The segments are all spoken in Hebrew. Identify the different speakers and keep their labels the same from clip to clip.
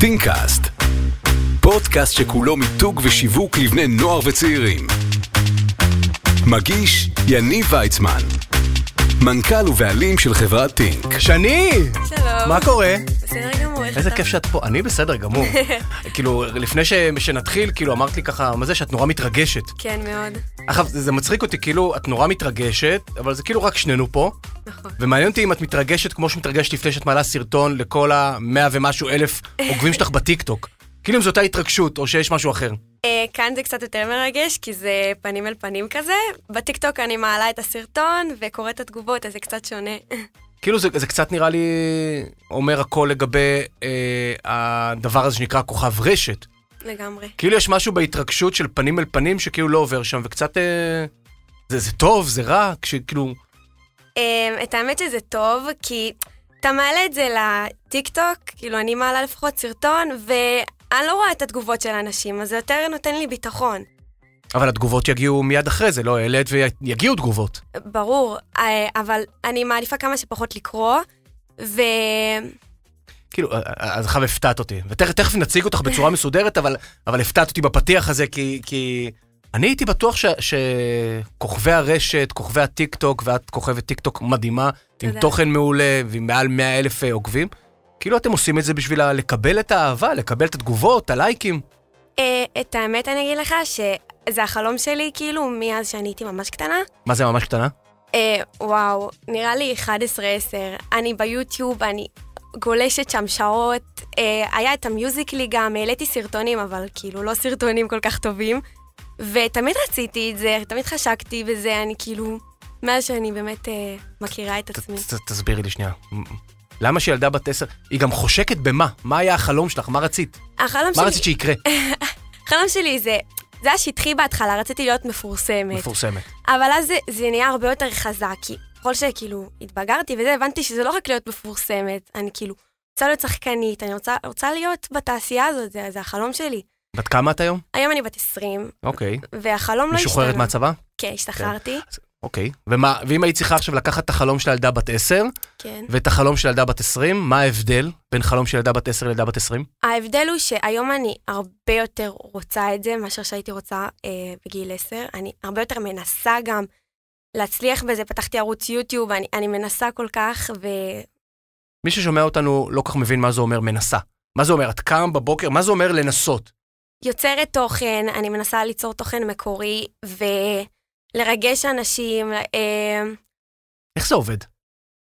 Speaker 1: טינקאסט, פודקאסט שכולו מיתוג ושיווק לבני נוער וצעירים. מגיש יניב ויצמן, מנכ"ל ובעלים של חברת טינק.
Speaker 2: שני!
Speaker 3: שלום.
Speaker 2: מה קורה?
Speaker 3: בסדר גמור, איך
Speaker 2: איזה
Speaker 3: אתה?
Speaker 2: כיף שאת פה. אני בסדר גמור. כאילו, לפני ש... שנתחיל, כאילו, אמרת לי ככה, מה זה שאת נורא מתרגשת.
Speaker 3: כן, מאוד.
Speaker 2: אגב, זה זה מצחיק אותי, כאילו, את נורא מתרגשת, אבל זה כאילו רק שנינו פה.
Speaker 3: נכון.
Speaker 2: ומעניין אותי אם את מתרגשת כמו שמתרגשת לפני שאת מעלה סרטון לכל המאה ומשהו אלף עוקבים שלך בטיקטוק. כאילו אם זו אותה התרגשות, או שיש משהו אחר.
Speaker 3: אה, כאן זה קצת יותר מרגש, כי זה פנים אל פנים כזה. בטיקטוק אני מעלה את הסרטון וקוראת את התגובות, אז זה קצת שונה.
Speaker 2: כאילו זה, זה קצת נראה לי אומר הכל לגבי אה, הדבר הזה שנקרא כוכב רשת.
Speaker 3: לגמרי.
Speaker 2: כאילו יש משהו בהתרגשות של פנים אל פנים שכאילו לא עובר שם, וקצת... אה, זה, זה טוב, זה רע, כשכאילו...
Speaker 3: אה, את האמת שזה טוב, כי אתה מעלה את זה לטיקטוק, כאילו אני מעלה לפחות סרטון, ואני לא רואה את התגובות של האנשים, אז זה יותר נותן לי ביטחון.
Speaker 2: אבל התגובות יגיעו מיד אחרי זה, לא העלית ויגיעו תגובות.
Speaker 3: ברור, אה, אבל אני מעדיפה כמה שפחות לקרוא, ו...
Speaker 2: כאילו, אה, אה, אז עכשיו הפתעת אותי. ותכף נציג אותך בצורה מסודרת, אבל, אבל הפתעת אותי בפתיח הזה, כי... כי... אני הייתי בטוח ש- שכוכבי הרשת, כוכבי הטיקטוק, ואת כוכבת טיקטוק מדהימה, עם
Speaker 3: תודה.
Speaker 2: תוכן מעולה ועם מעל 100 אלף אה, עוקבים, כאילו אתם עושים את זה בשביל ה- לקבל את האהבה, לקבל את התגובות, את הלייקים.
Speaker 3: אה, את האמת אני אגיד לך שזה החלום שלי כאילו מאז שאני הייתי ממש קטנה.
Speaker 2: מה זה ממש קטנה?
Speaker 3: אה, וואו, נראה לי 11-10. אני ביוטיוב, אני גולשת שם שעות. אה, היה את המיוזיקלי גם, העליתי סרטונים, אבל כאילו לא סרטונים כל כך טובים. ותמיד רציתי את זה, תמיד חשקתי בזה, אני כאילו, מאז שאני באמת אה, מכירה את
Speaker 2: ת-
Speaker 3: עצמי.
Speaker 2: ת- תסבירי לי שנייה. מ- למה שילדה בת עשר, היא גם חושקת במה? מה היה החלום שלך? מה
Speaker 3: לא
Speaker 2: רצית?
Speaker 3: החלום
Speaker 2: מה
Speaker 3: שלי,
Speaker 2: רצית שיקרה?
Speaker 3: החלום שלי זה, זה היה שטחי בהתחלה, רציתי להיות מפורסמת.
Speaker 2: מפורסמת.
Speaker 3: אבל אז זה, זה נהיה הרבה יותר חזק, כי ככל שכאילו התבגרתי וזה, הבנתי שזה לא רק להיות מפורסמת, אני כאילו רוצה להיות שחקנית, אני רוצה, רוצה להיות בתעשייה הזאת, זה, זה החלום שלי.
Speaker 2: בת כמה את היום?
Speaker 3: היום אני בת 20,
Speaker 2: אוקיי.
Speaker 3: והחלום לא השתנה.
Speaker 2: משוחררת מהצבא?
Speaker 3: כן, השתחררתי,
Speaker 2: אוקיי. ומה, ואם היית צריכה עכשיו לקחת את החלום של ילדה בת עשר
Speaker 3: כן.
Speaker 2: ואת החלום של ילדה בת עשרים, מה ההבדל בין חלום של ילדה בת עשר לילדה בת עשרים?
Speaker 3: ההבדל הוא שהיום אני הרבה יותר רוצה את זה מאשר שהייתי רוצה אה, בגיל 10. אני הרבה יותר מנסה גם להצליח בזה, פתחתי ערוץ יוטיוב, אני, אני מנסה כל כך, ו...
Speaker 2: מי ששומע אותנו לא כל כך מבין מה זה אומר מנסה. מה זה אומר? את קם בבוקר, מה זה אומר לנסות?
Speaker 3: יוצרת תוכן, אני מנסה ליצור תוכן מקורי ולרגש אנשים. אה,
Speaker 2: איך זה עובד?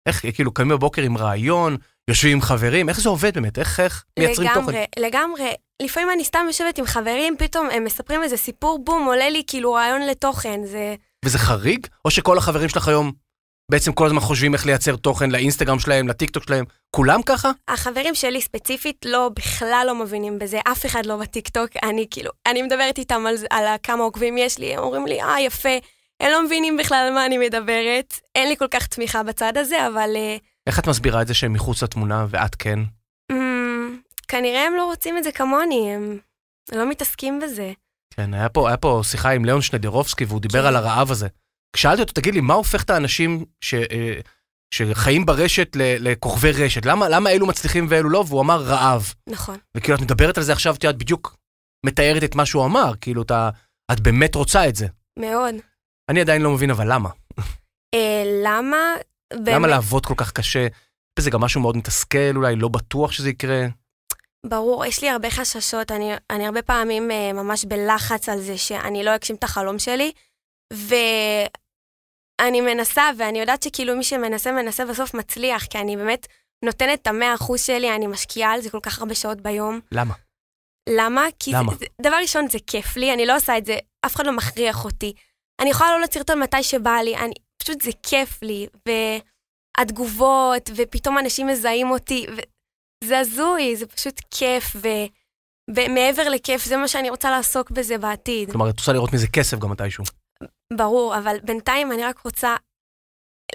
Speaker 2: איך, כאילו, קמים בבוקר עם רעיון, יושבים עם חברים, איך זה עובד באמת? איך, איך מייצרים תוכן?
Speaker 3: לגמרי, לגמרי. לפעמים אני סתם יושבת עם חברים, פתאום הם מספרים איזה סיפור, בום, עולה לי כאילו רעיון לתוכן. זה...
Speaker 2: וזה חריג? או שכל החברים שלך היום בעצם כל הזמן חושבים איך לייצר תוכן לאינסטגרם שלהם, לטיקטוק שלהם? כולם ככה?
Speaker 3: החברים שלי ספציפית לא, בכלל לא מבינים בזה, אף אחד לא בטיקטוק. אני כאילו, אני מדברת איתם על, זה- על ה- כמה עוקבים יש לי, הם אומרים לי, אה, יפה. הם לא מבינים בכלל על מה אני מדברת. אין לי כל כך תמיכה בצד הזה, אבל... אה,
Speaker 2: איך את מסבירה את זה שהם מחוץ לתמונה ואת כן?
Speaker 3: אמ, כנראה הם לא רוצים את זה כמוני, הם לא מתעסקים בזה.
Speaker 2: כן, היה פה, היה פה שיחה עם ליאון שנדרובסקי והוא דיבר
Speaker 3: כן.
Speaker 2: על הרעב הזה. שאלתי אותו, תגיד לי, מה הופך את האנשים ש, אה, שחיים ברשת ל- לכוכבי רשת? למה, למה אלו מצליחים ואלו לא? והוא אמר רעב.
Speaker 3: נכון.
Speaker 2: וכאילו, את מדברת על זה עכשיו, את יודעת, בדיוק מתארת את מה שהוא אמר. כאילו, אתה, את באמת רוצה את זה.
Speaker 3: מאוד.
Speaker 2: אני עדיין לא מבין, אבל למה?
Speaker 3: אה, למה? באמת,
Speaker 2: למה לעבוד כל כך קשה? זה גם משהו מאוד מתסכל אולי, לא בטוח שזה יקרה.
Speaker 3: ברור, יש לי הרבה חששות, אני, אני הרבה פעמים אה, ממש בלחץ על זה שאני לא אגשים את החלום שלי, ואני מנסה, ואני יודעת שכאילו מי שמנסה, מנסה בסוף מצליח, כי אני באמת נותנת את המאה אחוז שלי, אני משקיעה על זה כל כך הרבה שעות ביום.
Speaker 2: למה?
Speaker 3: למה? כי
Speaker 2: למה?
Speaker 3: זה, זה, דבר ראשון, זה כיף לי, אני לא עושה את זה, אף אחד לא מכריח אותי. אני יכולה לעלות סרטון מתי שבא לי, אני, פשוט זה כיף לי, והתגובות, ופתאום אנשים מזהים אותי, ו... זה הזוי, זה פשוט כיף, ו... ומעבר לכיף, זה מה שאני רוצה לעסוק בזה בעתיד.
Speaker 2: כלומר, את רוצה לראות מזה כסף גם מתישהו.
Speaker 3: ברור, אבל בינתיים אני רק רוצה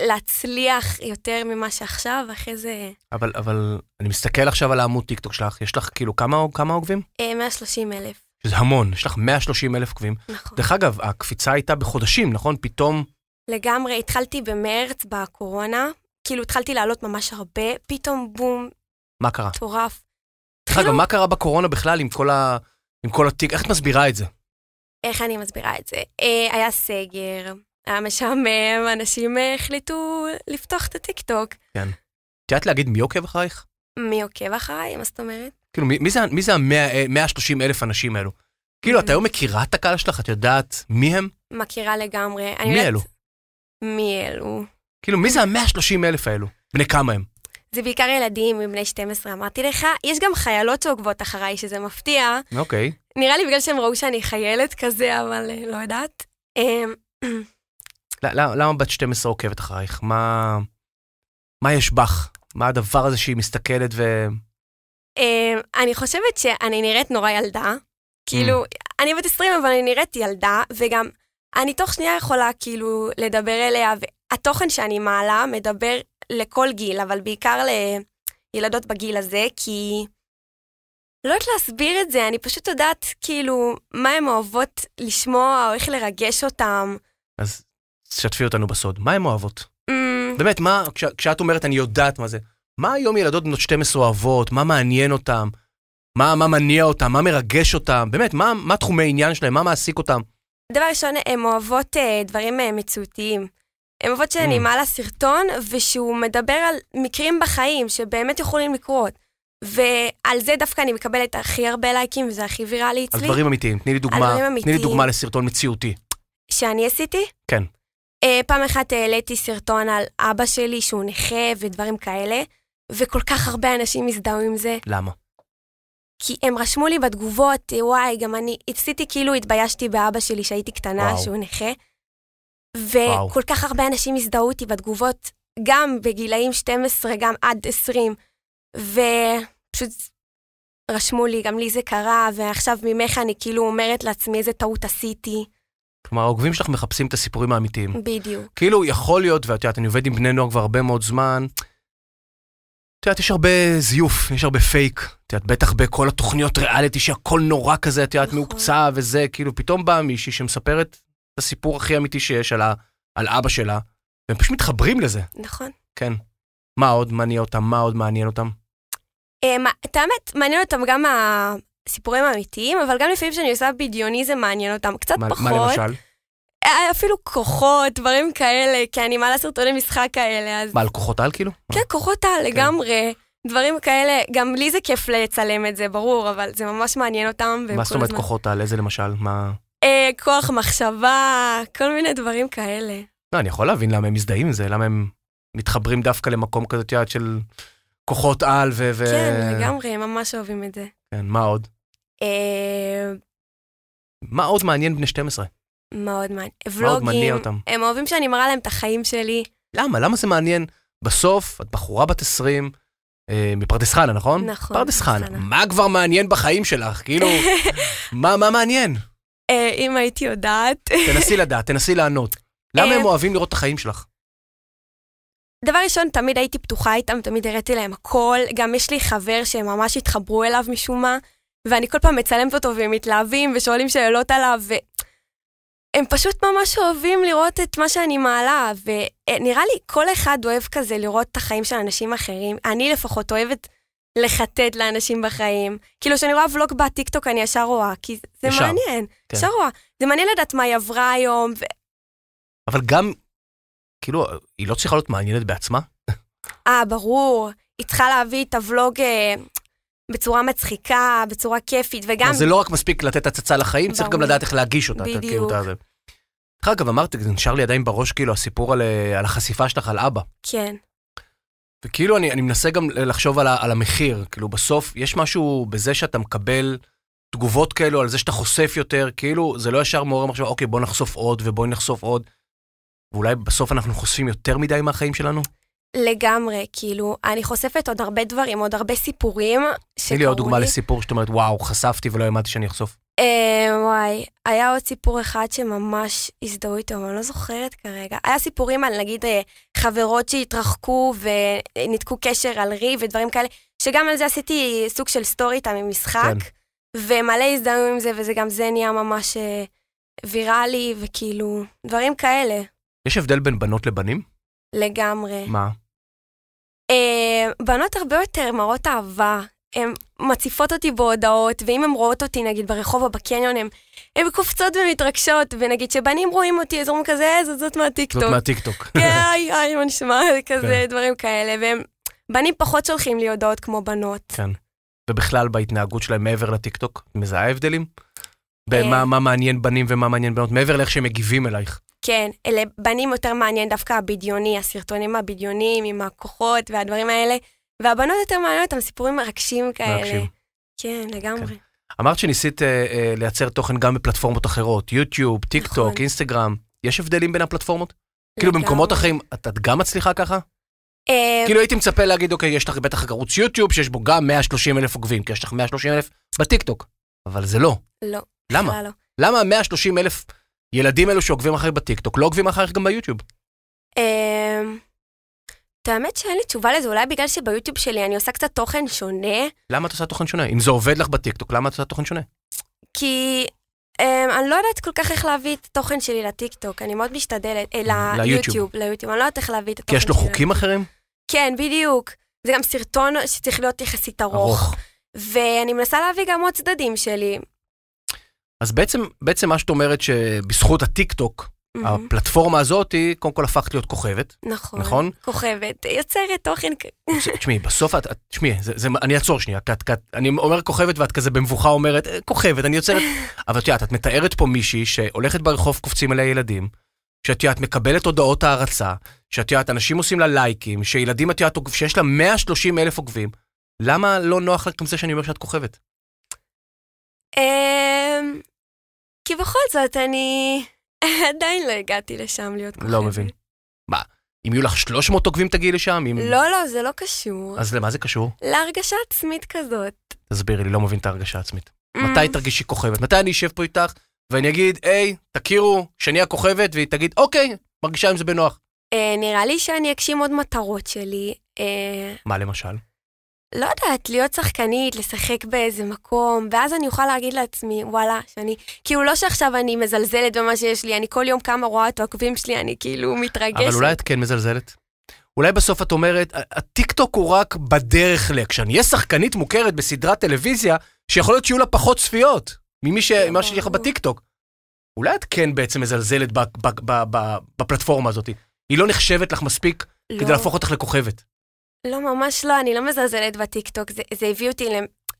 Speaker 3: להצליח יותר ממה שעכשיו, אחרי זה
Speaker 2: אבל, אבל אני מסתכל עכשיו על העמוד טיקטוק שלך, יש לך כאילו כמה, כמה עוקבים?
Speaker 3: אה, 130 אלף,
Speaker 2: שזה המון, יש לך 130 אלף עוקבים.
Speaker 3: נכון.
Speaker 2: דרך אגב, הקפיצה הייתה בחודשים, נכון? פתאום,
Speaker 3: לגמרי, התחלתי במרץ בקורונה, כאילו התחלתי לעלות ממש הרבה, פתאום בום,
Speaker 2: מה קרה?
Speaker 3: מטורף.
Speaker 2: דרך אגב,
Speaker 3: התחילו-
Speaker 2: מה קרה בקורונה בכלל עם כל ה- עם כל התיק? איך את מסבירה את זה?
Speaker 3: איך אני מסבירה את זה? אה, היה סגר, היה משעמם, אנשים אה, החליטו לפתוח את הטיקטוק.
Speaker 2: את יודעת להגיד מי עוקב אחרייך?
Speaker 3: מי עוקב אחריי? מה זאת אומרת?
Speaker 2: כאילו, מי- מי זה ה- מי זה ה-130 אלף אנשים האלו? כאילו, את היום מכירה את הקהל שלך? את יודעת מי הם?
Speaker 3: מכירה לגמרי. אני
Speaker 2: מי
Speaker 3: יודעת-
Speaker 2: אלו?
Speaker 3: מי אלו?
Speaker 2: כאילו, מי זה ה-130 אלף האלו? בני כמה הם?
Speaker 3: זה בעיקר ילדים מבני 12, אמרתי לך. יש גם חיילות שעוקבות אחריי, שזה מפתיע.
Speaker 2: אוקיי.
Speaker 3: נראה לי בגלל שהם ראו שאני חיילת כזה, אבל אה, לא יודעת. אמ,
Speaker 2: ל- ל- למה בת 12 עוקבת אחרייך? מה... מה יש בך? מה הדבר הזה שהיא מסתכלת ו...
Speaker 3: אמ, אני חושבת שאני נראית נורא ילדה. כאילו, אני בת 20, אבל אני נראית ילדה, וגם אני תוך שנייה יכולה כאילו לדבר אליה, והתוכן שאני מעלה מדבר לכל גיל, אבל בעיקר לילדות בגיל הזה, כי... לא יודעת להסביר את זה, אני פשוט יודעת כאילו מה הן אוהבות לשמוע או איך לרגש אותן.
Speaker 2: אז שתפי אותנו בסוד. מה הן אוהבות?
Speaker 3: אמ,
Speaker 2: באמת, מה... כש, כשאת אומרת אני יודעת מה זה, מה היום ילדות בנות 12 אוהבות? מה מעניין אותן? מה, מה מניע אותן? מה מרגש אותן? באמת, מה, מה תחומי עניין שלהם? מה מעסיק אותם?
Speaker 3: דבר ראשון, הן אוהבות אה, דברים אה, מציאותיים. הן אוהבות שאני
Speaker 2: Mm.
Speaker 3: מעלה סרטון, ושהוא מדבר על מקרים בחיים שבאמת יכולים לקרות. ועל זה דווקא אני מקבלת הכי הרבה לייקים, וזה הכי ויראלי
Speaker 2: על
Speaker 3: אצלי.
Speaker 2: דברים אמיתיים. תני לי דוגמה,
Speaker 3: דברים
Speaker 2: תני לי
Speaker 3: אמיתיים.
Speaker 2: דוגמה לסרטון מציאותי.
Speaker 3: שאני עשיתי?
Speaker 2: כן.
Speaker 3: אה, פעם אחת העליתי סרטון על אבא שלי שהוא נכה ודברים כאלה, וכל כך הרבה אנשים הזדהו עם זה,
Speaker 2: למה?
Speaker 3: כי הם רשמו לי בתגובות, אה, וואי, גם אני עשיתי כאילו התביישתי באבא שלי שהייתי קטנה,
Speaker 2: וואו.
Speaker 3: שהוא נכה,
Speaker 2: וואו.
Speaker 3: וכל כך הרבה אנשים הזדהו איתי בתגובות, גם בגילאים 12, גם עד 20, ופשוט רשמו לי, גם לי זה קרה, ועכשיו ממך אני כאילו אומרת לעצמי איזה טעות עשיתי.
Speaker 2: כלומר, העוקבים שלך מחפשים את הסיפורים האמיתיים.
Speaker 3: בדיוק.
Speaker 2: כאילו, יכול להיות, ואת יודעת, אני עובד עם בני נוער כבר הרבה מאוד זמן, את יודעת, יש הרבה זיוף, יש הרבה פייק. את יודעת, בטח בכל התוכניות ריאליטי שהכל נורא כזה, את יודעת,
Speaker 3: נכון.
Speaker 2: מהוקצע וזה, כאילו, פתאום באה מישהי שמספרת את הסיפור הכי אמיתי שיש על, ה, על אבא שלה, והם פשוט מתחברים לזה,
Speaker 3: נכון.
Speaker 2: כן. מה עוד מניע אותם? מה עוד מעניין אותם?
Speaker 3: אה, מה- את האמת, מעניין אותם גם הסיפורים האמיתיים, אבל גם לפעמים שאני עושה בדיוניזם מעניין אותם, קצת
Speaker 2: מה,
Speaker 3: פחות.
Speaker 2: מה למשל?
Speaker 3: אה, אפילו כוחות, דברים כאלה, כי אני מעלה סרטוני משחק כאלה, אז...
Speaker 2: מה, על כוחות על כאילו?
Speaker 3: כן, כוחות על לגמרי. דברים כאלה, גם לי זה כיף לצלם את זה, ברור, אבל זה ממש מעניין אותם. והם
Speaker 2: מה זאת
Speaker 3: כל
Speaker 2: אומרת
Speaker 3: הזמן-
Speaker 2: כוחות על? איזה למשל? מה...
Speaker 3: אה, כוח מחשבה, כל מיני דברים כאלה.
Speaker 2: לא, אני יכול להבין למה הם מזדהים עם זה, למה הם מתחברים דווקא למקום כזה, את יודעת, של כוחות על ו... ו-
Speaker 3: כן, לגמרי, הם ממש אוהבים את זה.
Speaker 2: כן, מה עוד?
Speaker 3: אה,
Speaker 2: מה עוד מעניין בני 12?
Speaker 3: מאוד מעניין.
Speaker 2: מה עוד מניע
Speaker 3: ולוגים,
Speaker 2: אותם?
Speaker 3: הם אוהבים שאני מראה להם את החיים שלי.
Speaker 2: למה? למה זה מעניין? בסוף, את בחורה בת 20, אה, מפרדס חנה, נכון?
Speaker 3: נכון,
Speaker 2: פרדס חנה.
Speaker 3: חנה.
Speaker 2: מה כבר מעניין בחיים שלך? כאילו, מה, מה מעניין?
Speaker 3: אה, אם הייתי יודעת.
Speaker 2: תנסי לדעת, תנסי לענות. למה
Speaker 3: אה,
Speaker 2: הם אוהבים לראות את החיים שלך?
Speaker 3: דבר ראשון, תמיד הייתי פתוחה איתם, תמיד הראיתי להם הכל. גם יש לי חבר שהם ממש התחברו אליו משום מה, ואני כל פעם מצלמת אותו והם מתלהבים ושואלים שאלות עליו, והם פשוט ממש אוהבים לראות את מה שאני מעלה, ונראה לי כל אחד אוהב כזה לראות את החיים של אנשים אחרים. אני לפחות אוהבת לחטט לאנשים בחיים. כאילו, כשאני רואה ולוג בטיקטוק אני ישר רואה, כי זה
Speaker 2: ישר,
Speaker 3: מעניין.
Speaker 2: כן.
Speaker 3: ישר רואה. זה מעניין לדעת מה היא עברה היום, ו...
Speaker 2: אבל גם, כאילו, היא לא צריכה להיות מעניינת בעצמה?
Speaker 3: אה, ברור. היא צריכה להביא את הוולוג אה, בצורה מצחיקה, בצורה כיפית, וגם...
Speaker 2: אז זה לא רק מספיק לתת הצצה לחיים, צריך גם
Speaker 3: ברור.
Speaker 2: לדעת איך להגיש אותה.
Speaker 3: בדיוק.
Speaker 2: בדיוק. דרך אגב, אמרתי, זה נשאר לי עדיין בראש, כאילו, הסיפור על, אה, על החשיפה שלך על אבא.
Speaker 3: כן,
Speaker 2: וכאילו, אני, אני מנסה גם לחשוב על, ה, על המחיר. כאילו, בסוף, יש משהו בזה שאתה מקבל תגובות כאלו, על זה שאתה חושף יותר, כאילו, זה לא ישר מעורר מחשבה, אוקיי, בוא נחשוף עוד ובואי נחשוף עוד. ואולי בסוף אנחנו חושפים יותר מדי מהחיים שלנו?
Speaker 3: לגמרי, כאילו, אני חושפת עוד הרבה דברים, עוד הרבה סיפורים
Speaker 2: תני
Speaker 3: שקרו
Speaker 2: לי
Speaker 3: לי.
Speaker 2: עוד דוגמה לסיפור שאת אומרת, וואו, חשפתי ולא האמנתי שאני אחשוף.
Speaker 3: אה, וואי, היה עוד סיפור אחד שממש הזדהו איתו, אבל אני לא זוכרת כרגע. היה סיפורים על נגיד אה, חברות שהתרחקו וניתקו קשר על ריב ודברים כאלה, שגם על זה עשיתי סוג של סטורי איתם עם משחק,
Speaker 2: כן.
Speaker 3: ומלא הזדהו עם זה, וזה גם זה נהיה ממש אה, ויראלי, וכאילו, דברים כאלה,
Speaker 2: יש הבדל בין בנות לבנים?
Speaker 3: לגמרי.
Speaker 2: מה?
Speaker 3: אה, בנות הרבה יותר מראות אהבה. הן מציפות אותי בהודעות, ואם הן רואות אותי, נגיד, ברחוב או בקניון, הן- הן קופצות ומתרגשות, ונגיד, שבנים רואים אותי, אז אומרים כזה, "אה, זאת זאת
Speaker 2: זאת
Speaker 3: מהטיקטוק.
Speaker 2: מהטיקטוק.
Speaker 3: כן, היי, היי, מה נשמע? כזה
Speaker 2: כן.
Speaker 3: דברים כאלה. והם, בנים פחות שולחים לי הודעות כמו בנות.
Speaker 2: כן. ובכלל בהתנהגות שלהם מעבר לטיקטוק, את מזהה הבדלים?
Speaker 3: אה.
Speaker 2: במה מה מעניין בנים ומה מעניין בנות, מעבר לאיך שהם מגיבים אלייך.
Speaker 3: כן, אלה בנים יותר מעניין דווקא הבדיוני, הסרטונים הבדיוניים עם הכוחות והדברים האלה. והבנות יותר מעניין אותם סיפורים מרגשים כאלה.
Speaker 2: מרגשים.
Speaker 3: כן, לגמרי.
Speaker 2: אמרת שניסית אה, אה, לייצר תוכן גם בפלטפורמות אחרות, יוטיוב, טיק
Speaker 3: נכון.
Speaker 2: טוק, אינסטגרם, יש הבדלים בין הפלטפורמות? כאילו במקומות
Speaker 3: לגמרי.
Speaker 2: אחרים, את את גם מצליחה ככה?
Speaker 3: אה,
Speaker 2: כאילו הייתי מצפה להגיד, אוקיי, יש לך בטח ערוץ יוטיוב שיש בו גם 130 אלף עוקבים, כי יש לך 130 אלף בטיקטוק, אבל זה לא.
Speaker 3: לא,
Speaker 2: למה?
Speaker 3: בכלל לא.
Speaker 2: למה 130 אלף ילדים אלו שעוקבים אחריך בטיקטוק לא עוקבים אחריך גם ביוטיוב?
Speaker 3: אה, את האמת שאין לי תשובה לזה, אולי בגלל שביוטיוב שלי אני עושה קצת תוכן שונה,
Speaker 2: למה את עושה תוכן שונה? אם זה עובד לך בטיקטוק, למה את עושה תוכן שונה?
Speaker 3: כי אה, אני לא יודעת כל כך איך להביא את התוכן שלי לטיקטוק, אני מאוד משתדלת, אה,
Speaker 2: ליוטיוב.
Speaker 3: ליוטיוב, ליוטיוב, אני לא יודעת איך להביא את
Speaker 2: כי
Speaker 3: התוכן
Speaker 2: יש לו
Speaker 3: שלי.
Speaker 2: חוקים אחרים?
Speaker 3: כן, בדיוק. זה גם סרטון שצריך להיות יחסית ארוך.
Speaker 2: ארוך. אה,
Speaker 3: ואני מנסה להביא גם עוד צדדים שלי.
Speaker 2: אז בעצם, בעצם מה שאת אומרת שבזכות הטיקטוק,
Speaker 3: מהמם.
Speaker 2: הפלטפורמה הזאת, היא קודם כל הפכת להיות כוכבת,
Speaker 3: נכון.
Speaker 2: נכון?
Speaker 3: כוכבת, יוצרת תוכן. כ-
Speaker 2: תשמעי, בסוף את, את- תשמעי, זה- זה- אני אעצור שנייה, כי את, כי את- אני אומר כוכבת ואת כזה במבוכה אומרת, "אה, כוכבת, אני יוצרת, אבל את יודעת, את מתארת פה מישהי שהולכת ברחוב, קופצים עליה ילדים, שאת יודעת, מקבלת הודעות הערצה, שאת יודעת, אנשים עושים לה לייקים, שילדים, את יודעת, עוקב- שיש לה 130 אלף עוקבים, למה לא נוח לך עם זה שאני אומר שאת כוכבת?
Speaker 3: אמ, כי בכל זאת, אני עדיין לא הגעתי לשם להיות כוכבת.
Speaker 2: לא מבין. מה, אם יהיו לך 300 עוקבים תגיעי לשם? אם...
Speaker 3: לא, לא, זה לא קשור.
Speaker 2: אז למה זה קשור?
Speaker 3: להרגשה עצמית כזאת.
Speaker 2: תסבירי לי, לא מבין את ההרגשה העצמית. מתי
Speaker 3: אמ,
Speaker 2: תרגישי כוכבת? מתי אני אשב פה איתך ואני אגיד, היי, תכירו, שאני הכוכבת, והיא תגיד, אוקיי, מרגישה עם זה בנוח.
Speaker 3: אה, נראה לי שאני אגשים עוד מטרות שלי. אה,
Speaker 2: מה למשל?
Speaker 3: לא יודעת, להיות שחקנית, לשחק באיזה מקום, ואז אני אוכל להגיד לעצמי, וואלה, שאני, כאילו לא שעכשיו אני מזלזלת במה שיש לי, אני כל יום קמה רואה את העוקבים שלי, אני כאילו מתרגשת.
Speaker 2: אבל אולי את כן מזלזלת. אולי בסוף את אומרת, הטיקטוק הוא רק בדרך ל... כשאני אהיה שחקנית מוכרת בסדרת טלוויזיה, שיכול להיות שיהיו לה פחות צפיות ממי ש... ממה שיש לך
Speaker 3: ברור.
Speaker 2: בטיקטוק. אולי את כן בעצם מזלזלת ב- ב- ב- ב- בפלטפורמה הזאת. היא לא נחשבת לך מספיק
Speaker 3: לא,
Speaker 2: כדי להפוך אותך לכוכבת.
Speaker 3: לא, ממש לא, אני לא מזלזלת בטיקטוק, זה, זה הביא אותי ל...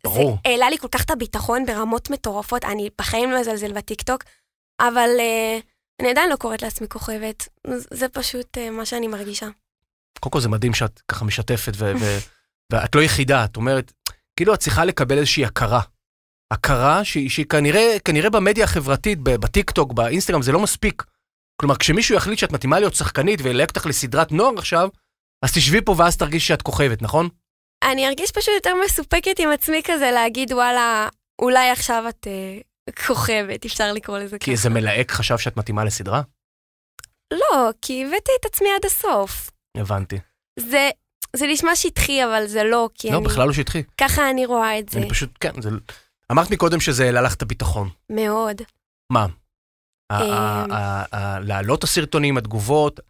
Speaker 2: ברור.
Speaker 3: זה העלה לי כל כך את הביטחון ברמות מטורפות, אני בחיים לא מזלזל בטיקטוק, אבל אה, אני עדיין לא קוראת לעצמי כוכבת, זה- זה פשוט אה, מה שאני מרגישה.
Speaker 2: קודם כל זה מדהים שאת ככה משתפת, ו- ו- ואת לא יחידה, את אומרת, כאילו את צריכה לקבל איזושהי הכרה. הכרה שהיא, שהיא כנראה, כנראה במדיה החברתית, ב- בטיקטוק, באינסטגרם, זה לא מספיק. כלומר, כשמישהו יחליט שאת מתאימה להיות שחקנית ויילהק אותך לסדרת נוער עכשיו, אז תשבי פה ואז תרגישי שאת כוכבת, נכון?
Speaker 3: כן, אני ארגיש פשוט יותר מסופקת עם עצמי כזה להגיד, וואלה, אולי עכשיו את אה, כוכבת, אפשר לקרוא לזה ככה.
Speaker 2: כי איזה מלהק חשב שאת מתאימה לסדרה?
Speaker 3: לא, כי הבאתי את עצמי עד הסוף.
Speaker 2: הבנתי.
Speaker 3: זה, זה נשמע שטחי, אבל זה לא, כי
Speaker 2: לא,
Speaker 3: אני,
Speaker 2: בכלל לא שטחי.
Speaker 3: ככה אני רואה את זה,
Speaker 2: אני פשוט, כן, זה... אמרת מקודם שזה העלה לך את הביטחון.
Speaker 3: מאוד.
Speaker 2: מה? ה-
Speaker 3: אמ.
Speaker 2: ה- ה- ה- להעלות את הסרטונים, התגובות,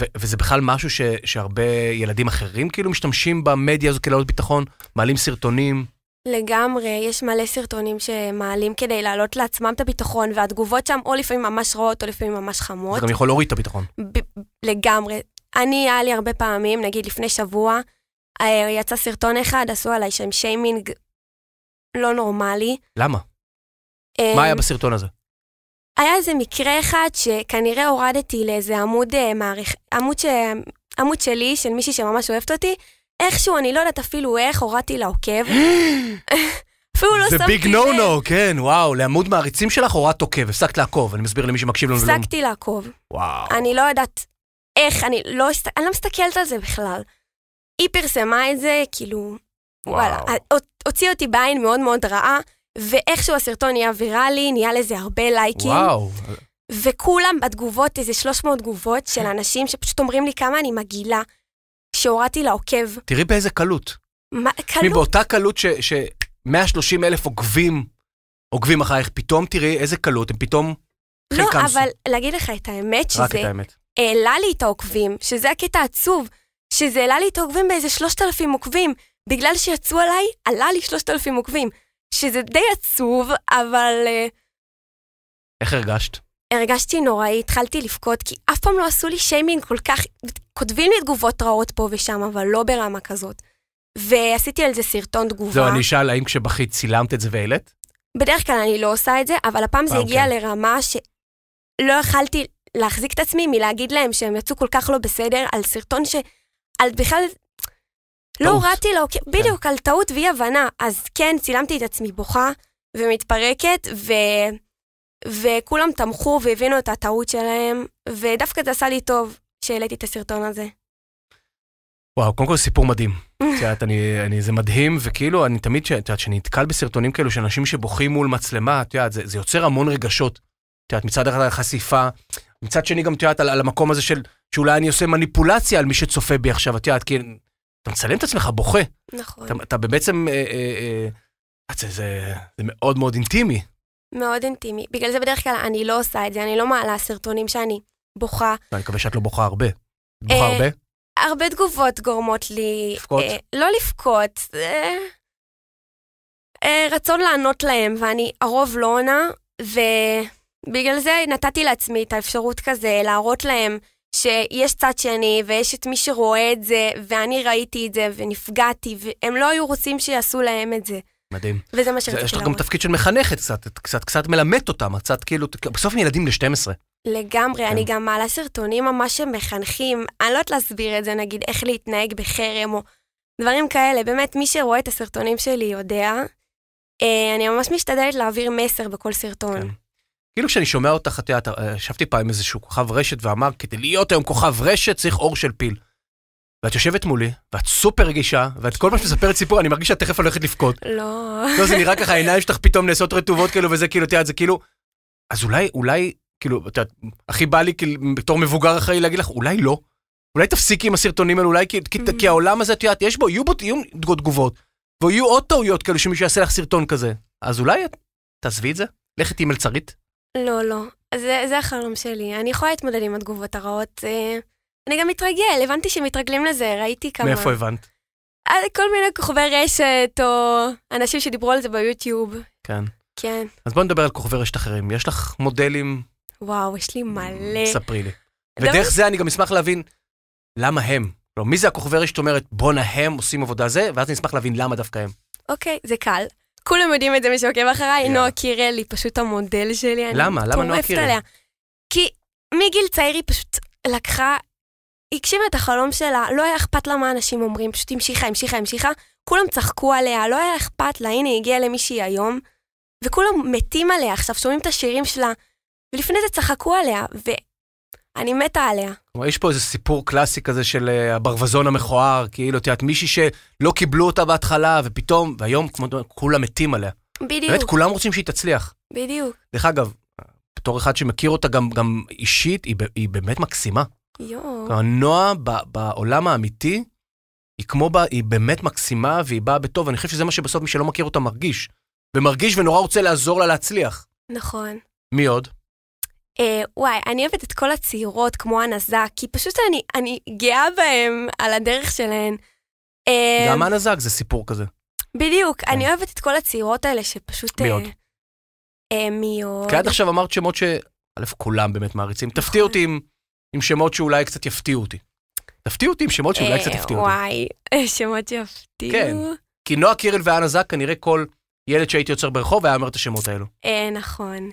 Speaker 2: ו- וזה בכלל משהו ש- שהרבה ילדים אחרים כאילו משתמשים במדיה הזו כדי להעלות ביטחון, מעלים סרטונים.
Speaker 3: לגמרי, יש מלא סרטונים שמעלים כדי להעלות לעצמם את הביטחון, והתגובות שם או לפעמים ממש רעות או לפעמים ממש
Speaker 2: זה
Speaker 3: חמות.
Speaker 2: גם יכול להוריד את הביטחון.
Speaker 3: ב- לגמרי. אני, היה לי הרבה פעמים, נגיד לפני שבוע, אה, יצא סרטון אחד, עשו עליי שם שיימינג לא נורמלי.
Speaker 2: למה?
Speaker 3: אה,
Speaker 2: מה היה בסרטון הזה?
Speaker 3: היה איזה מקרה אחד שכנראה הורדתי לאיזה עמוד אה, מעריך, עמוד, ש... עמוד שלי, של מישהי שממש אוהבת אותי, איכשהו, אני לא יודעת אפילו איך, הורדתי לה עוקב. אפילו לא
Speaker 2: זה
Speaker 3: שמתי לב.
Speaker 2: ביג נו נו, כן, וואו, לעמוד מעריצים שלך הורדת עוקב, הפסקת לעקוב, אני מסביר למי שמקשיב לנו. לא- ולא-
Speaker 3: הפסקתי לעקוב.
Speaker 2: וואו.
Speaker 3: אני לא יודעת איך, אני לא, הסת... אני לא מסתכלת על זה בכלל. היא פרסמה את זה, כאילו,
Speaker 2: וואו.
Speaker 3: וואלה, הוצ- הוציא אותי בעין מאוד מאוד רעה, ואיכשהו הסרטון נהיה ויראלי, נהיה לזה הרבה לייקים,
Speaker 2: וואו.
Speaker 3: וכולם בתגובות, איזה 300 תגובות
Speaker 2: כן.
Speaker 3: של אנשים שפשוט אומרים לי כמה אני מגעילה, שהורדתי לעוקב.
Speaker 2: תראי באיזה קלות.
Speaker 3: מה,
Speaker 2: תראי,
Speaker 3: קלות,
Speaker 2: באותה קלות ש-130 אלף עוקבים עוקבים אחרייך, פתאום תראי איזה קלות, הם פתאום...
Speaker 3: לא,
Speaker 2: חלקם
Speaker 3: אבל להגיד לך את האמת,
Speaker 2: רק את
Speaker 3: שזה
Speaker 2: האמת.
Speaker 3: העלה לי את העוקבים, שזה הקטע העצוב, שזה העלה לי את העוקבים באיזה 3,000 עוקבים. בגלל שיצאו עליי, עלה לי 3,000 עוקבים. שזה די עצוב, אבל אה,
Speaker 2: איך הרגשת?
Speaker 3: הרגשתי נוראי, התחלתי לבכות, כי אף פעם לא עשו לי שיימינג כל כך, כותבים לי תגובות רעות פה ושם, אבל לא ברמה כזאת. ועשיתי על זה סרטון תגובה.
Speaker 2: זהו, אני אשאל, האם כשבכית צילמת את זה והעלית?
Speaker 3: בדרך כלל אני לא עושה את זה, אבל הפעם זה
Speaker 2: אה,
Speaker 3: הגיע
Speaker 2: אוקיי.
Speaker 3: לרמה שלא יכלתי להחזיק את עצמי מלהגיד להם שהם יצאו כל כך לא בסדר על סרטון ש... על בכלל... לא
Speaker 2: טעות.
Speaker 3: הורדתי לו, כן, בדיוק, על טעות ואי הבנה. אז כן, צילמתי את עצמי בוכה ומתפרקת, ו... וכולם תמכו והבינו את הטעות שלהם, ודווקא זה עשה לי טוב שהעליתי את הסרטון הזה.
Speaker 2: וואו, קודם כל סיפור מדהים. את יודעת, אני, אני, זה מדהים, וכאילו, אני תמיד, ש- את יודעת, שנתקל בסרטונים כאלו של אנשים שבוכים מול מצלמה, את יודעת, זה, זה יוצר המון רגשות. את יודעת, מצד אחד על החשיפה, מצד שני גם, את יודעת, על, על המקום הזה של, שאולי אני עושה מניפולציה על מי שצופה בי עכשיו, את יודעת, כי אתה מצלם את עצמך בוכה,
Speaker 3: נכון.
Speaker 2: אתה, אתה בעצם, אה, אה, אה, את זה, זה, זה מאוד מאוד אינטימי.
Speaker 3: מאוד אינטימי. בגלל זה בדרך כלל אני לא עושה את זה, אני לא מעלה סרטונים שאני בוכה.
Speaker 2: אני מקווה שאת לא בוכה הרבה. את בוכה
Speaker 3: אה,
Speaker 2: הרבה?
Speaker 3: הרבה תגובות גורמות לי...
Speaker 2: לבכות?
Speaker 3: אה, לא לבכות, אה, אה, רצון לענות להם, ואני הרוב לא עונה, ובגלל זה נתתי לעצמי את האפשרות כזה להראות להם שיש צד שני, ויש את מי שרואה את זה, ואני ראיתי את זה, ונפגעתי, והם לא היו רוצים שיעשו להם את זה.
Speaker 2: מדהים.
Speaker 3: וזה מה
Speaker 2: זה- יש
Speaker 3: שרציתי
Speaker 2: לך גם
Speaker 3: להראות.
Speaker 2: תפקיד של מחנכת קצת, את קצת, קצת מלמדת אותם, את קצת כאילו, בסוף הם ילדים ל-12.
Speaker 3: לגמרי,
Speaker 2: כן.
Speaker 3: אני גם מעלה סרטונים ממש שמחנכים, אני לא יודעת להסביר את זה, נגיד, איך להתנהג בחרם או דברים כאלה. באמת, מי שרואה את הסרטונים שלי יודע. אה, אני ממש משתדלת להעביר מסר בכל סרטון.
Speaker 2: כן. כאילו כשאני שומע אותך, את יודעת, אה, ישבתי פעם עם איזשהו כוכב רשת ואמר, כדי להיות היום כוכב רשת צריך אור של פיל. ואת יושבת מולי, ואת סופר רגישה, ואת כל פעם שמספרת סיפור, אני מרגיש שאת תכף הולכת לבכות.
Speaker 3: לא,
Speaker 2: לא, זה נראה ככה, העיניים שלך פתאום נעשות רטובות כאילו, וזה כאילו, את יודעת, זה כאילו... אז אולי, אולי, כאילו, את יודעת, הכי בא לי כאילו, בתור מבוגר אחראי להגיד לך, אולי לא. אולי תפסיקי עם הסרטונים האלה, אולי כי, כי,
Speaker 3: Mhm.
Speaker 2: כי העולם הזה, את יודעת, יש בו, יהיו בו יהיו תגובות, ויהיו עוד טעויות כאלו שמישהו יעשה לך סרטון כזה. אז אולי את- תעזבי את זה, לכי תהיי מלצרית.
Speaker 3: לא, לא. זה, זה החלום שלי. אני יכולה להתמודד עם התגובות הרעות. אה, אני גם מתרגל, הבנתי שמתרגלים לזה, ראיתי כמה.
Speaker 2: מאיפה הבנת?
Speaker 3: אה, כל מיני כוכבי רשת, או אנשים שדיברו על זה ביוטיוב.
Speaker 2: כן.
Speaker 3: כן.
Speaker 2: אז בואו נדבר על כוכבי רשת אחרים. יש לך מודלים?
Speaker 3: וואו, יש לי מלא.
Speaker 2: ספרי לי.
Speaker 3: דבר-
Speaker 2: ודרך זה אני גם אשמח להבין למה הם. לא, מי זה הכוכבי רשת אומרת, בואנה הם עושים עבודה זה, ואז אני אשמח להבין למה דווקא הם.
Speaker 3: אוקיי, זה קל. כולם יודעים את זה, מי שעוקב אחריי,
Speaker 2: יאללה.
Speaker 3: נועה קירל היא פשוט המודל שלי. אני
Speaker 2: למה? למה נועה
Speaker 3: מטורפת
Speaker 2: קירל?
Speaker 3: עליה. כי מגיל צעיר היא פשוט לקחה, היא הגשימה את החלום שלה, לא היה אכפת לה מה אנשים אומרים, פשוט המשיכה, המשיכה, המשיכה. כולם צחקו עליה, לא היה אכפת לה, הנה היא הגיעה למישהי היום, וכולם מתים עליה, עכשיו שומעים את השירים שלה, ולפני זה צחקו עליה, ואני מתה עליה.
Speaker 2: כלומר, יש פה איזה סיפור קלאסי כזה של אה, הברווזון המכוער, כאילו, את יודעת, מישהי שלא קיבלו אותה בהתחלה, ופתאום, והיום, כמו, כולם מתים עליה. באמת,
Speaker 3: בדיוק,
Speaker 2: כולם רוצים שהיא תצליח.
Speaker 3: בדיוק.
Speaker 2: דרך אגב, בתור אחד שמכיר אותה גם, גם אישית, היא, ב- היא באמת מקסימה.
Speaker 3: יואו.
Speaker 2: כלומר, נועה ב- בעולם האמיתי, היא כמו, בה, היא באמת מקסימה והיא באה בטוב, אני חושב שזה מה שבסוף מי שלא מכיר אותה מרגיש. ומרגיש ונורא רוצה לעזור לה להצליח.
Speaker 3: נכון.
Speaker 2: מי עוד?
Speaker 3: אה, וואי, אני אוהבת את כל הצעירות כמו הנזק, כי פשוט אני, אני גאה בהן על הדרך שלהן. אה,
Speaker 2: גם הנזק זה סיפור כזה.
Speaker 3: בדיוק, אני אוהבת את כל הצעירות האלה שפשוט...
Speaker 2: מי
Speaker 3: אה,
Speaker 2: עוד?
Speaker 3: אה, מי עוד?
Speaker 2: כי עד עכשיו אמרת שמות ש... א', כולם באמת מעריצים. תפתיע אותי עם, עם שמות שאולי קצת יפתיעו אותי. תפתיעו אותי עם שמות שאולי
Speaker 3: אה,
Speaker 2: קצת יפתיעו אותי.
Speaker 3: וואי, אה, שמות שיפתיעו.
Speaker 2: כן. כי נועה קירל והנזק, כנראה כל ילד שהייתי יוצר ברחוב היה אומר את השמות האלו.
Speaker 3: אה, נכון.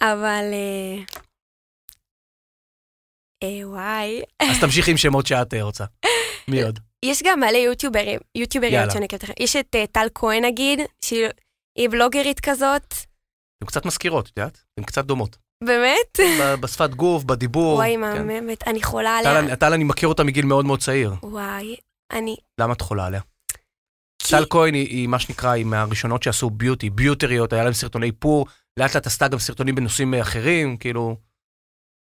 Speaker 3: אבל... אה, אה, וואי.
Speaker 2: אז תמשיכי עם שמות שאת אה, רוצה. מי עוד?
Speaker 3: יש גם מלא יוטיוברים, יוטיובריות
Speaker 2: יאללה.
Speaker 3: שאני עוקבת אחריהן. יש את אה, טל כהן נגיד, שהיא היא בלוגרית כזאת.
Speaker 2: הן קצת מזכירות, את יודעת? הן קצת דומות.
Speaker 3: באמת?
Speaker 2: ב- בשפת גוף, בדיבור.
Speaker 3: וואי,
Speaker 2: כן.
Speaker 3: מהממת, אני חולה עליה.
Speaker 2: טל, טל, אני מכיר אותה מגיל מאוד מאוד צעיר.
Speaker 3: וואי, אני...
Speaker 2: למה את חולה עליה?
Speaker 3: כי-
Speaker 2: טל כהן היא, היא מה שנקרא, היא מהראשונות שעשו ביוטי, ביוטריות, היה להם סרטוני איפור, לאט לאט עשתה גם סרטונים בנושאים אה, אחרים, כאילו,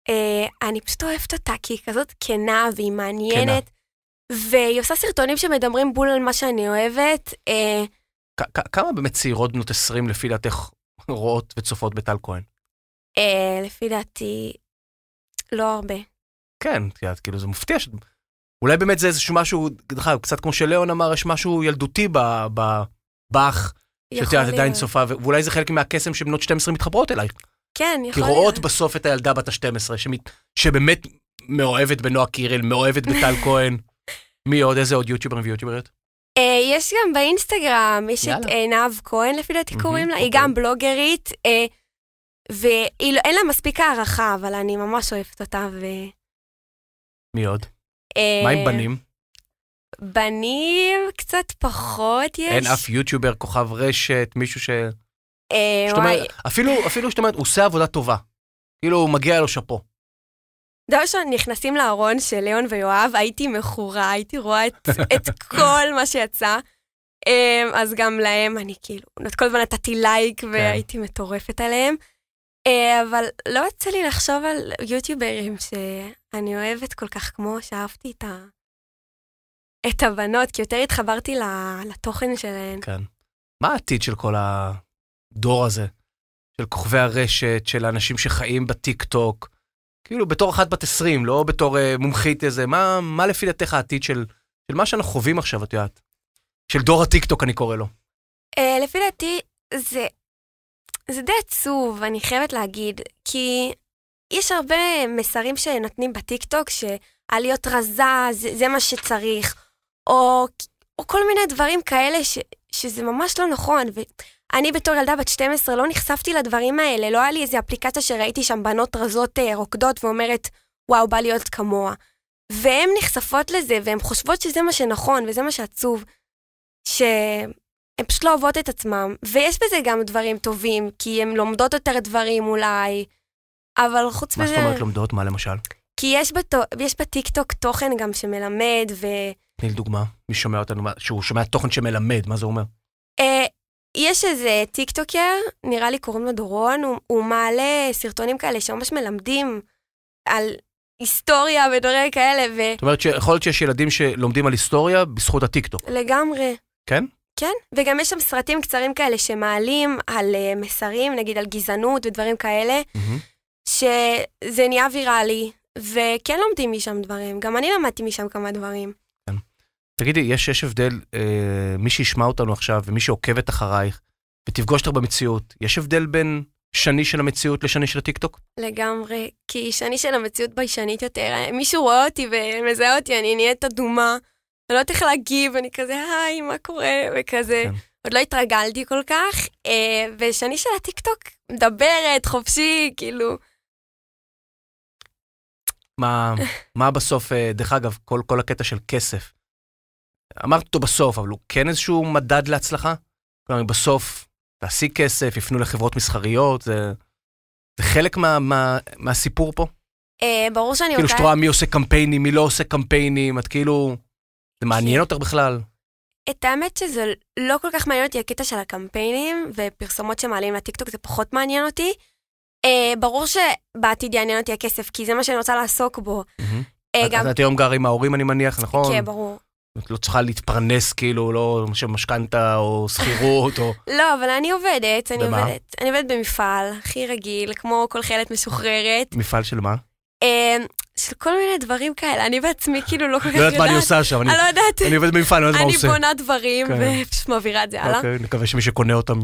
Speaker 3: אה, אני פשוט אוהבת אותה, כי היא כזאת כנה והיא מעניינת. והיא עושה סרטונים שמדברים בול על מה שאני אוהבת. אה,
Speaker 2: כ- כ- כמה באמת צעירות בנות 20 לפי דעתך רואות וצופות בטל כהן?
Speaker 3: אה, לפי דעתי, לא הרבה.
Speaker 2: כן, את יודעת, כאילו זה מפתיע, ש... אולי באמת זה איזשהו משהו, דרך אגב, קצת כמו שליאון אמר, יש משהו ילדותי ב- ב- בך, שאת
Speaker 3: יכול
Speaker 2: יודעת, עדיין
Speaker 3: להיות.
Speaker 2: צופה, ו- ואולי זה חלק מהקסם שבנות 12 מתחברות אלייך.
Speaker 3: כן,
Speaker 2: כי
Speaker 3: יכול להיות.
Speaker 2: רואות בסוף את הילדה בת ה-12, שבאמת מאוהבת בנועה קירל, מאוהבת בטל כהן. מי עוד? איזה עוד יוטיוברים ויוטיובריות?
Speaker 3: אה, יש גם באינסטגרם, יש את
Speaker 2: יאללה.
Speaker 3: אה, נהב כהן לפי דעתי
Speaker 2: מהמם,
Speaker 3: קוראים לה, היא
Speaker 2: אוקיי.
Speaker 3: גם בלוגרית, אה, והיא לא- אין לה מספיק הערכה, אבל אני ממש אוהבת אותה. ו...
Speaker 2: מי עוד?
Speaker 3: אה,
Speaker 2: מה עם בנים?
Speaker 3: בנים קצת פחות יש.
Speaker 2: אין אף יוטיובר, כוכב רשת, מישהו ש...
Speaker 3: אה,
Speaker 2: זאת
Speaker 3: וואי.
Speaker 2: אומרת, אפילו, אפילו זאת אומרת, הוא עושה עבודה טובה. כאילו, מגיע לו שאפו.
Speaker 3: דבר ראשון, נכנסים לארון של ליאון ויואב, הייתי מכורה, הייתי רואה את, את כל מה שיצא. אמ, אז גם להם אני כאילו, כל הזמן נתתי
Speaker 2: כן.
Speaker 3: לייק והייתי מטורפת עליהם. אה, אבל לא יצא לי לחשוב על יוטיוברים שאני אוהבת כל כך כמו שאהבתי את, ה... את הבנות, כי יותר התחברתי ל- לתוכן שלהן.
Speaker 2: כן. מה העתיד של כל הדור הזה? של כוכבי הרשת, של האנשים שחיים בטיק טוק? כאילו, בתור אחת בת 20, לא בתור אה, מומחית איזה, מה, מה לפי דעתך העתיד של, של מה שאנחנו חווים עכשיו, את יודעת? של דור הטיק טוק, אני קורא לו.
Speaker 3: אה, לפי דעתי, זה, זה די עצוב, אני חייבת להגיד, כי יש הרבה מסרים שנותנים בטיקטוק, שעל אה, להיות רזה, זה, זה מה שצריך, או, או כל מיני דברים כאלה ש, שזה ממש לא נכון. ואני בתור ילדה בת 12 לא נחשפתי לדברים האלה, לא היה לי איזו אפליקציה שראיתי שם בנות רזות אה, רוקדות ואומרת, וואו, בא להיות כמוה. והן נחשפות לזה, והן חושבות שזה מה שנכון, וזה מה שעצוב. ש... הן פשוט לא אוהבות את עצמם, ויש בזה גם דברים טובים, כי הן לומדות יותר דברים אולי, אבל חוץ
Speaker 2: מה
Speaker 3: מזה...
Speaker 2: זאת אומרת לומדות? מה למשל?
Speaker 3: כי יש, בתו, יש בטיקטוק תוכן גם שמלמד, ו...
Speaker 2: תני לי דוגמה, מי שומע אותנו, מה- שהוא שומע תוכן שמלמד, מה זה אומר?
Speaker 3: אה, יש איזה טיקטוקר, נראה לי קוראים לו דורון, הוא, הוא מעלה סרטונים כאלה שממש מלמדים על היסטוריה ודברים כאלה,
Speaker 2: זאת אומרת שיכול להיות שיש ילדים שלומדים על היסטוריה בזכות הטיקטוק,
Speaker 3: ולגמרי.
Speaker 2: כן?
Speaker 3: כן, וגם יש שם סרטים קצרים כאלה שמעלים על אה, מסרים, נגיד על גזענות ודברים כאלה, שזה נהיה ויראלי, וכן לומדים משם דברים. גם אני למדתי משם כמה דברים.
Speaker 2: תגידי, יש, יש הבדל, אה, מי שישמע אותנו עכשיו ומי שעוקבת אחרייך ותפגוש אותך במציאות, יש הבדל בין שני של המציאות לשני של הטיקטוק?
Speaker 3: לגמרי, כי שאני של המציאות ביישנית יותר. מישהו רואה אותי ומזהה אותי, אני נהיית אדומה. אני לא יודעת איך להגיב, אני כזה, היי, מה קורה? וכזה.
Speaker 2: כן.
Speaker 3: כן. עוד לא התרגלתי כל כך. אה, ושאני של הטיקטוק מדברת, חופשי, כאילו,
Speaker 2: מה, מה בסוף, אה, דרך אגב, כל, כל הקטע של כסף. אמרת אותו בסוף, אבל הוא כן איזשהו מדד להצלחה? כלומר, בסוף תעשי כסף, יפנו לחברות מסחריות, זה, זה חלק מה, מה, מהסיפור פה?
Speaker 3: אה, ברור שאני
Speaker 2: כאילו,
Speaker 3: רוצה...
Speaker 2: שאת רואה מי עושה קמפיינים, מי לא עושה קמפיינים, את כאילו, זה מעניין אותך בכלל?
Speaker 3: את האמת שזה לא כל כך מעניין אותי הקטע של הקמפיינים ופרסומות שמעלים לטיקטוק, זה פחות מעניין אותי. אה, ברור שבעתיד יעניין אותי הכסף, כי זה מה שאני רוצה לעסוק בו. אה,
Speaker 2: את-
Speaker 3: גם...
Speaker 2: את היום גר עם ההורים, אני מניח, נכון?
Speaker 3: כן, ברור.
Speaker 2: את לא צריכה להתפרנס, כאילו, לא של משכנתה או שכירות, או...
Speaker 3: לא, אבל אני עובדת, אני
Speaker 2: במה?
Speaker 3: עובדת. אני עובדת במפעל, הכי רגיל, כמו כל חיילת משוחררת.
Speaker 2: מפעל של מה?
Speaker 3: אה, של כל מיני דברים כאלה, אני בעצמי כאילו לא כל כך
Speaker 2: לא יודעת מה אני עושה עכשיו, אני
Speaker 3: אני לא יודעת.
Speaker 2: אני עובד במפעל, אני לא יודעת מה
Speaker 3: אני
Speaker 2: עושה.
Speaker 3: בונה דברים,
Speaker 2: כן.
Speaker 3: ופשוט מעבירה את זה הלאה.
Speaker 2: אוקיי, נקווה שמי שקונה אותם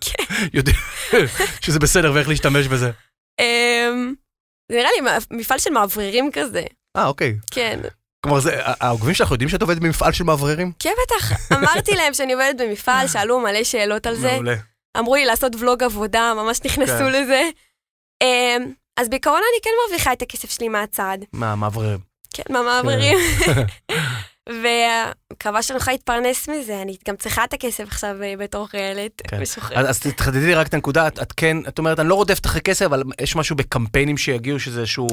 Speaker 3: כן.
Speaker 2: יודע שזה בסדר ואיך להשתמש בזה.
Speaker 3: אמ, זה נראה לי מפעל של מאווררים כזה,
Speaker 2: אה, אוקיי.
Speaker 3: כן.
Speaker 2: כלומר, זה- ה- העוקבים שלך יודעים שאת עובדת במפעל של מאווררים?
Speaker 3: כן, בטח. אמרתי להם שאני עובדת במפעל, שאלו מלא שאלות על זה.
Speaker 2: מעולה.
Speaker 3: אמרו לי לעשות ולוג עבודה, ממש נכנסו
Speaker 2: כן.
Speaker 3: לזה. אמ, אז בעיקרון אני כן מרוויחה את הכסף שלי מהצד.
Speaker 2: מה, מאווררים?
Speaker 3: כן, מהמאמרים.
Speaker 2: כן.
Speaker 3: ומקווה שאני אוכל להתפרנס מזה, אני גם צריכה את הכסף עכשיו אה, בתור חיילת
Speaker 2: כן.
Speaker 3: משוחררת.
Speaker 2: אז אז תחדדי לי רק את הנקודה, את- את כן, את אומרת, אני לא רודפת אחרי כסף, אבל יש משהו בקמפיינים שיגיעו שזה איזשהו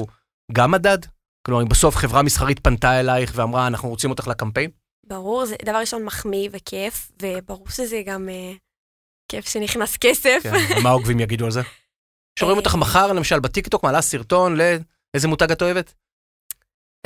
Speaker 2: גם מדד? כלומר, אם בסוף חברה מסחרית פנתה אלייך ואמרה, אנחנו רוצים אותך לקמפיין?
Speaker 3: ברור, זה דבר ראשון מחמיא וכיף, וברור שזה גם אה, כיף שנכנס כסף.
Speaker 2: כן, מה העוקבים יגידו על זה? שרואים אותך מחר, למשל בטיקטוק, מעלה סרטון לאיזה מותג את אוהבת?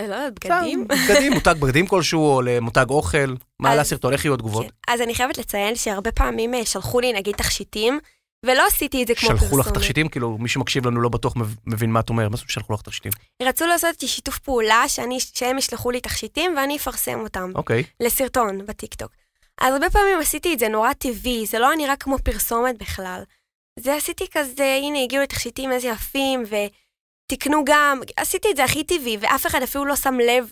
Speaker 3: אה, לא יודעת, בגדים.
Speaker 2: סתם, בגדים, מותג בגדים כלשהו, או למותג אוכל, מעלה
Speaker 3: אז-
Speaker 2: סרטון, איך יהיו התגובות?
Speaker 3: כן. אז אני חייבת לציין שהרבה פעמים אה, שלחו לי נגיד תכשיטים, ולא עשיתי את זה כמו
Speaker 2: שלחו לך
Speaker 3: פרסומת.
Speaker 2: תכשיטים? כאילו, מי שמקשיב לנו לא בטוח מב- מבין מה את אומרת. מה זאת אומרת שלחו לך תכשיטים?
Speaker 3: רצו לעשות איתי שיתוף פעולה, שאני, שהם ישלחו לי תכשיטים ואני אפרסם אותם.
Speaker 2: אוקיי.
Speaker 3: לסרטון בטיקטוק. אז הרבה פעמים עשיתי את זה נורא טבעי, זה לא היה נראה כמו פרסומת בכלל. זה עשיתי כזה, הנה הגיעו לתכשיטים איזה יפים, ותקנו גם, עשיתי את זה הכי טבעי, ואף אחד אפילו לא שם לב.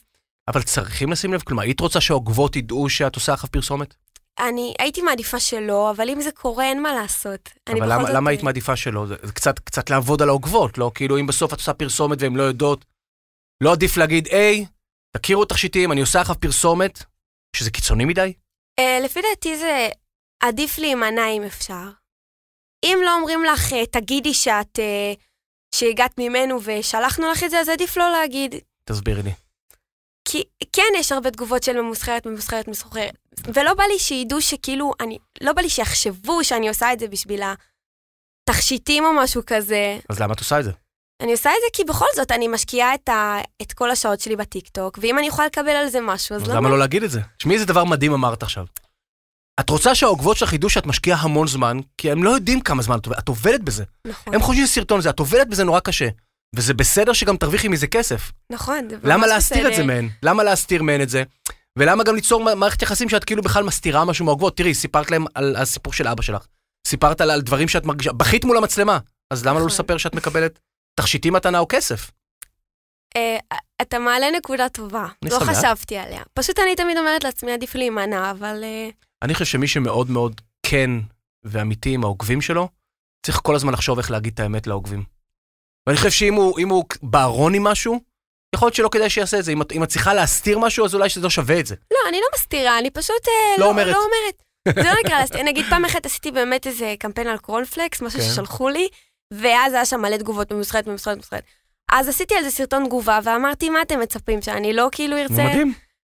Speaker 2: אבל צריכים לשים לב, כלומר, היית רוצה שהעוקבות ידעו שאת עושה אחר פרסומת?
Speaker 3: אני הייתי מעדיפה שלא, אבל אם זה קורה, אין מה לעשות.
Speaker 2: אבל
Speaker 3: אני בכל
Speaker 2: למה-
Speaker 3: זאת- אה,
Speaker 2: למה היית מעדיפה שלא? זה זה קצת קצת לעבוד על העוקבות, לא? כאילו, אם בסוף את עושה פרסומת והן לא יודעות, לא עדיף להגיד, היי, תכירו תכשיטים, אני עושה אחר פרסומת, שזה קיצוני מדי?
Speaker 3: אה, לפי דעתי זה עדיף להימנע אם אפשר. אם לא אומרים לך, אה, תגידי שאת, אה, שהגעת ממנו ושלחנו לך את זה, אז עדיף לא להגיד.
Speaker 2: תסבירי לי.
Speaker 3: כי כן יש הרבה תגובות של ממוסחרת, ממוסחרת, מסוחרת. ולא בא לי שידעו שכאילו, אני, לא בא לי שיחשבו שאני עושה את זה בשביל התכשיטים או משהו כזה.
Speaker 2: אז למה את עושה את זה?
Speaker 3: אני עושה את זה כי בכל זאת אני משקיעה את, ה, את כל השעות שלי בטיקטוק, ואם אני יכולה לקבל על זה משהו, אז
Speaker 2: אז
Speaker 3: למה?
Speaker 2: למה לא להגיד את זה? תשמעי איזה דבר מדהים אמרת עכשיו. את רוצה שהעוקבות שלך ידעו שאת משקיעה המון זמן, כי הם לא יודעים כמה זמן את עובדת, את עובדת בזה.
Speaker 3: נכון,
Speaker 2: לא- הם חושבים שסרטון זה, את עובדת בזה נורא קשה. וזה בסדר שגם תרוויחי מזה כסף.
Speaker 3: נכון. זה
Speaker 2: למה
Speaker 3: ממש
Speaker 2: להסתיר את זה
Speaker 3: בסדר.
Speaker 2: מהן? למה להסתיר מהן את זה? ולמה גם ליצור מ- מערכת יחסים שאת כאילו בכלל מסתירה משהו מהעוקבות? תראי, סיפרת להם על הסיפור של אבא שלך. סיפרת על, על דברים שאת מרגישה, בכית מול המצלמה. אז למה לא
Speaker 3: נכון.
Speaker 2: לספר שאת מקבלת תכשיטים מתנה או כסף?
Speaker 3: אה, אתה מעלה נקודה טובה,
Speaker 2: אני
Speaker 3: לא
Speaker 2: שמח.
Speaker 3: חשבתי עליה. פשוט אני תמיד אומרת לעצמי, עדיף להימנע, אבל אה,
Speaker 2: אני חושב שמי שמאוד מאוד כן ואמיתי עם העוקבים שלו, צריך כל הזמן לחשוב איך להגיד את האמת לעוקבים. ואני חושב שאם הוא, אם הוא בארון עם משהו, יכול להיות שלא כדאי שיעשה את זה. אם את, אם את צריכה להסתיר משהו, אז אולי שזה לא שווה את זה.
Speaker 3: לא, אני לא מסתירה, אני פשוט אה,
Speaker 2: לא אומרת.
Speaker 3: לא אומרת. זה לא נקרא להסתיר. נגיד, פעם אחת עשיתי באמת איזה קמפיין על קרונפלקס, משהו
Speaker 2: כן.
Speaker 3: ששלחו לי, ואז היה שם מלא תגובות ממוסחרת, ממוסחרת, ממוסחרת. אז עשיתי על זה סרטון תגובה, ואמרתי, מה אתם מצפים, שאני לא כאילו ארצה?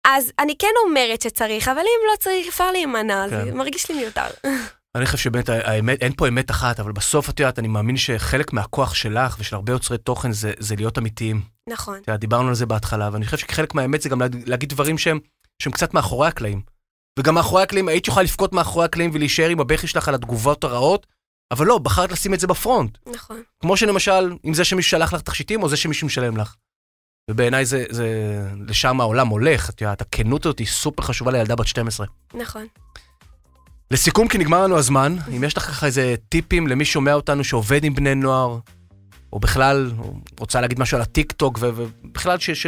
Speaker 3: אז אני כן אומרת שצריך, אבל אם לא צריך, אפשר להימנע, זה
Speaker 2: כן.
Speaker 3: מרגיש לי מיותר.
Speaker 2: אני חושב שבאמת האמת, אין פה אמת אחת, אבל בסוף את יודעת, אני מאמין שחלק מהכוח שלך ושל הרבה יוצרי תוכן זה, זה להיות אמיתיים.
Speaker 3: נכון,
Speaker 2: את יודעת, דיברנו על זה בהתחלה, ואני חושב שחלק מהאמת זה גם להג- להגיד דברים שהם, שהם קצת מאחורי הקלעים. וגם מאחורי הקלעים, היית יכולה לבכות מאחורי הקלעים ולהישאר עם הבכי שלך על התגובות הרעות, אבל לא, בחרת לשים את זה בפרונט.
Speaker 3: נכון.
Speaker 2: כמו שלמשל, עם זה שמישהו שלח לך תכשיטים, או זה שמישהו משלם לך. ובעיניי זה, זה, לשם העולם הולך, את יודעת, הכנות הזאת היא סופר חשובה לילדה בת 12.
Speaker 3: נכון.
Speaker 2: לסיכום, כי נגמר לנו הזמן, אם יש לך ככה איזה טיפים למי שומע אותנו שעובד עם בני נוער, או בכלל או רוצה להגיד משהו על הטיקטוק, ו- ובכלל ש... ש...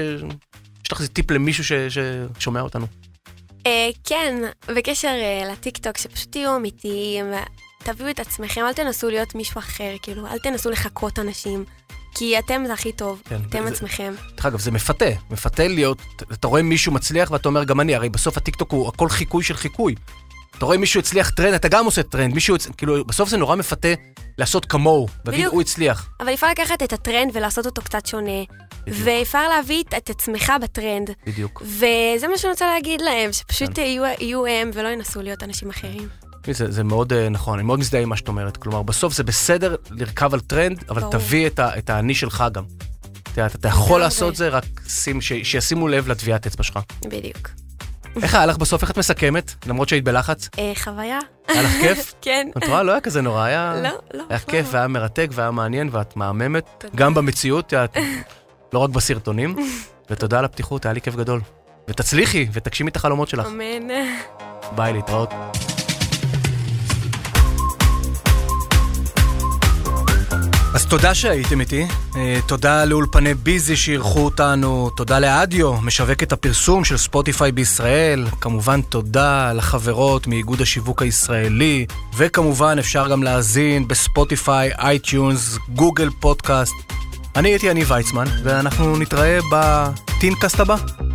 Speaker 2: יש לך איזה טיפ למישהו ש... ששומע אותנו.
Speaker 3: אה, כן, בקשר אה, לטיקטוק, שפשוט תהיו אמיתיים, תביאו את עצמכם, אל תנסו להיות מישהו אחר, כאילו, אל תנסו לחקות אנשים, כי אתם זה הכי טוב,
Speaker 2: כן,
Speaker 3: אתם
Speaker 2: זה-
Speaker 3: עצמכם.
Speaker 2: דרך אגב, זה מפתה, מפתה להיות, אתה רואה מישהו מצליח ואתה אומר גם אני, הרי בסוף הטיקטוק הוא הכל חיקוי של חיקוי. אתה רואה מישהו הצליח טרנד, אתה גם עושה טרנד, מישהו, הצ- כאילו, בסוף זה נורא מפתה לעשות כמוהו, ולהגיד
Speaker 3: בדיוק.
Speaker 2: הוא הצליח.
Speaker 3: אבל אפשר לקחת את הטרנד ולעשות אותו קצת שונה, ואפשר להביא את- את עצמך בטרנד,
Speaker 2: בדיוק.
Speaker 3: וזה מה שאני רוצה להגיד להם, שפשוט
Speaker 2: כן.
Speaker 3: יהיו- יהיו הם ולא ינסו להיות אנשים אחרים.
Speaker 2: זה, זה מאוד אה, נכון, אני מאוד מזדהה עם מה שאת אומרת. כלומר, בסוף זה בסדר לרכב על טרנד, אבל
Speaker 3: ברור.
Speaker 2: תביא את, ה, את האני שלך גם. אתה, אתה, אתה יכול
Speaker 3: לגמרי.
Speaker 2: לעשות זה, רק שים, ש, שישימו לב לטביעת אצבע שלך.
Speaker 3: בדיוק.
Speaker 2: איך היה לך בסוף? איך את מסכמת? למרות שהיית בלחץ?
Speaker 3: אה, חוויה?
Speaker 2: היה לך כיף?
Speaker 3: כן.
Speaker 2: את רואה, לא היה כזה נורא, היה...
Speaker 3: לא, לא.
Speaker 2: היה
Speaker 3: בכלל
Speaker 2: כיף,
Speaker 3: לא.
Speaker 2: והיה מרתק, והיה מעניין, ואת מהממת,
Speaker 3: תודה.
Speaker 2: גם במציאות, את יודעת, לא רק בסרטונים. ותודה על הפתיחות, היה לי כיף גדול. ותצליחי, ותגשימי את החלומות שלך.
Speaker 3: אמן.
Speaker 2: ביי, להתראות. אז תודה שהייתם איתי, אה, תודה לאולפני ביזי שאירחו אותנו, תודה לאדיו, משווקת הפרסום של ספוטיפיי בישראל, כמובן תודה לחברות מאיגוד השיווק הישראלי, וכמובן אפשר גם להאזין בספוטיפיי, אייטיונס, גוגל פודקאסט. אני הייתי יניב ויצמן, ואנחנו נתראה בטינקאסט הבא.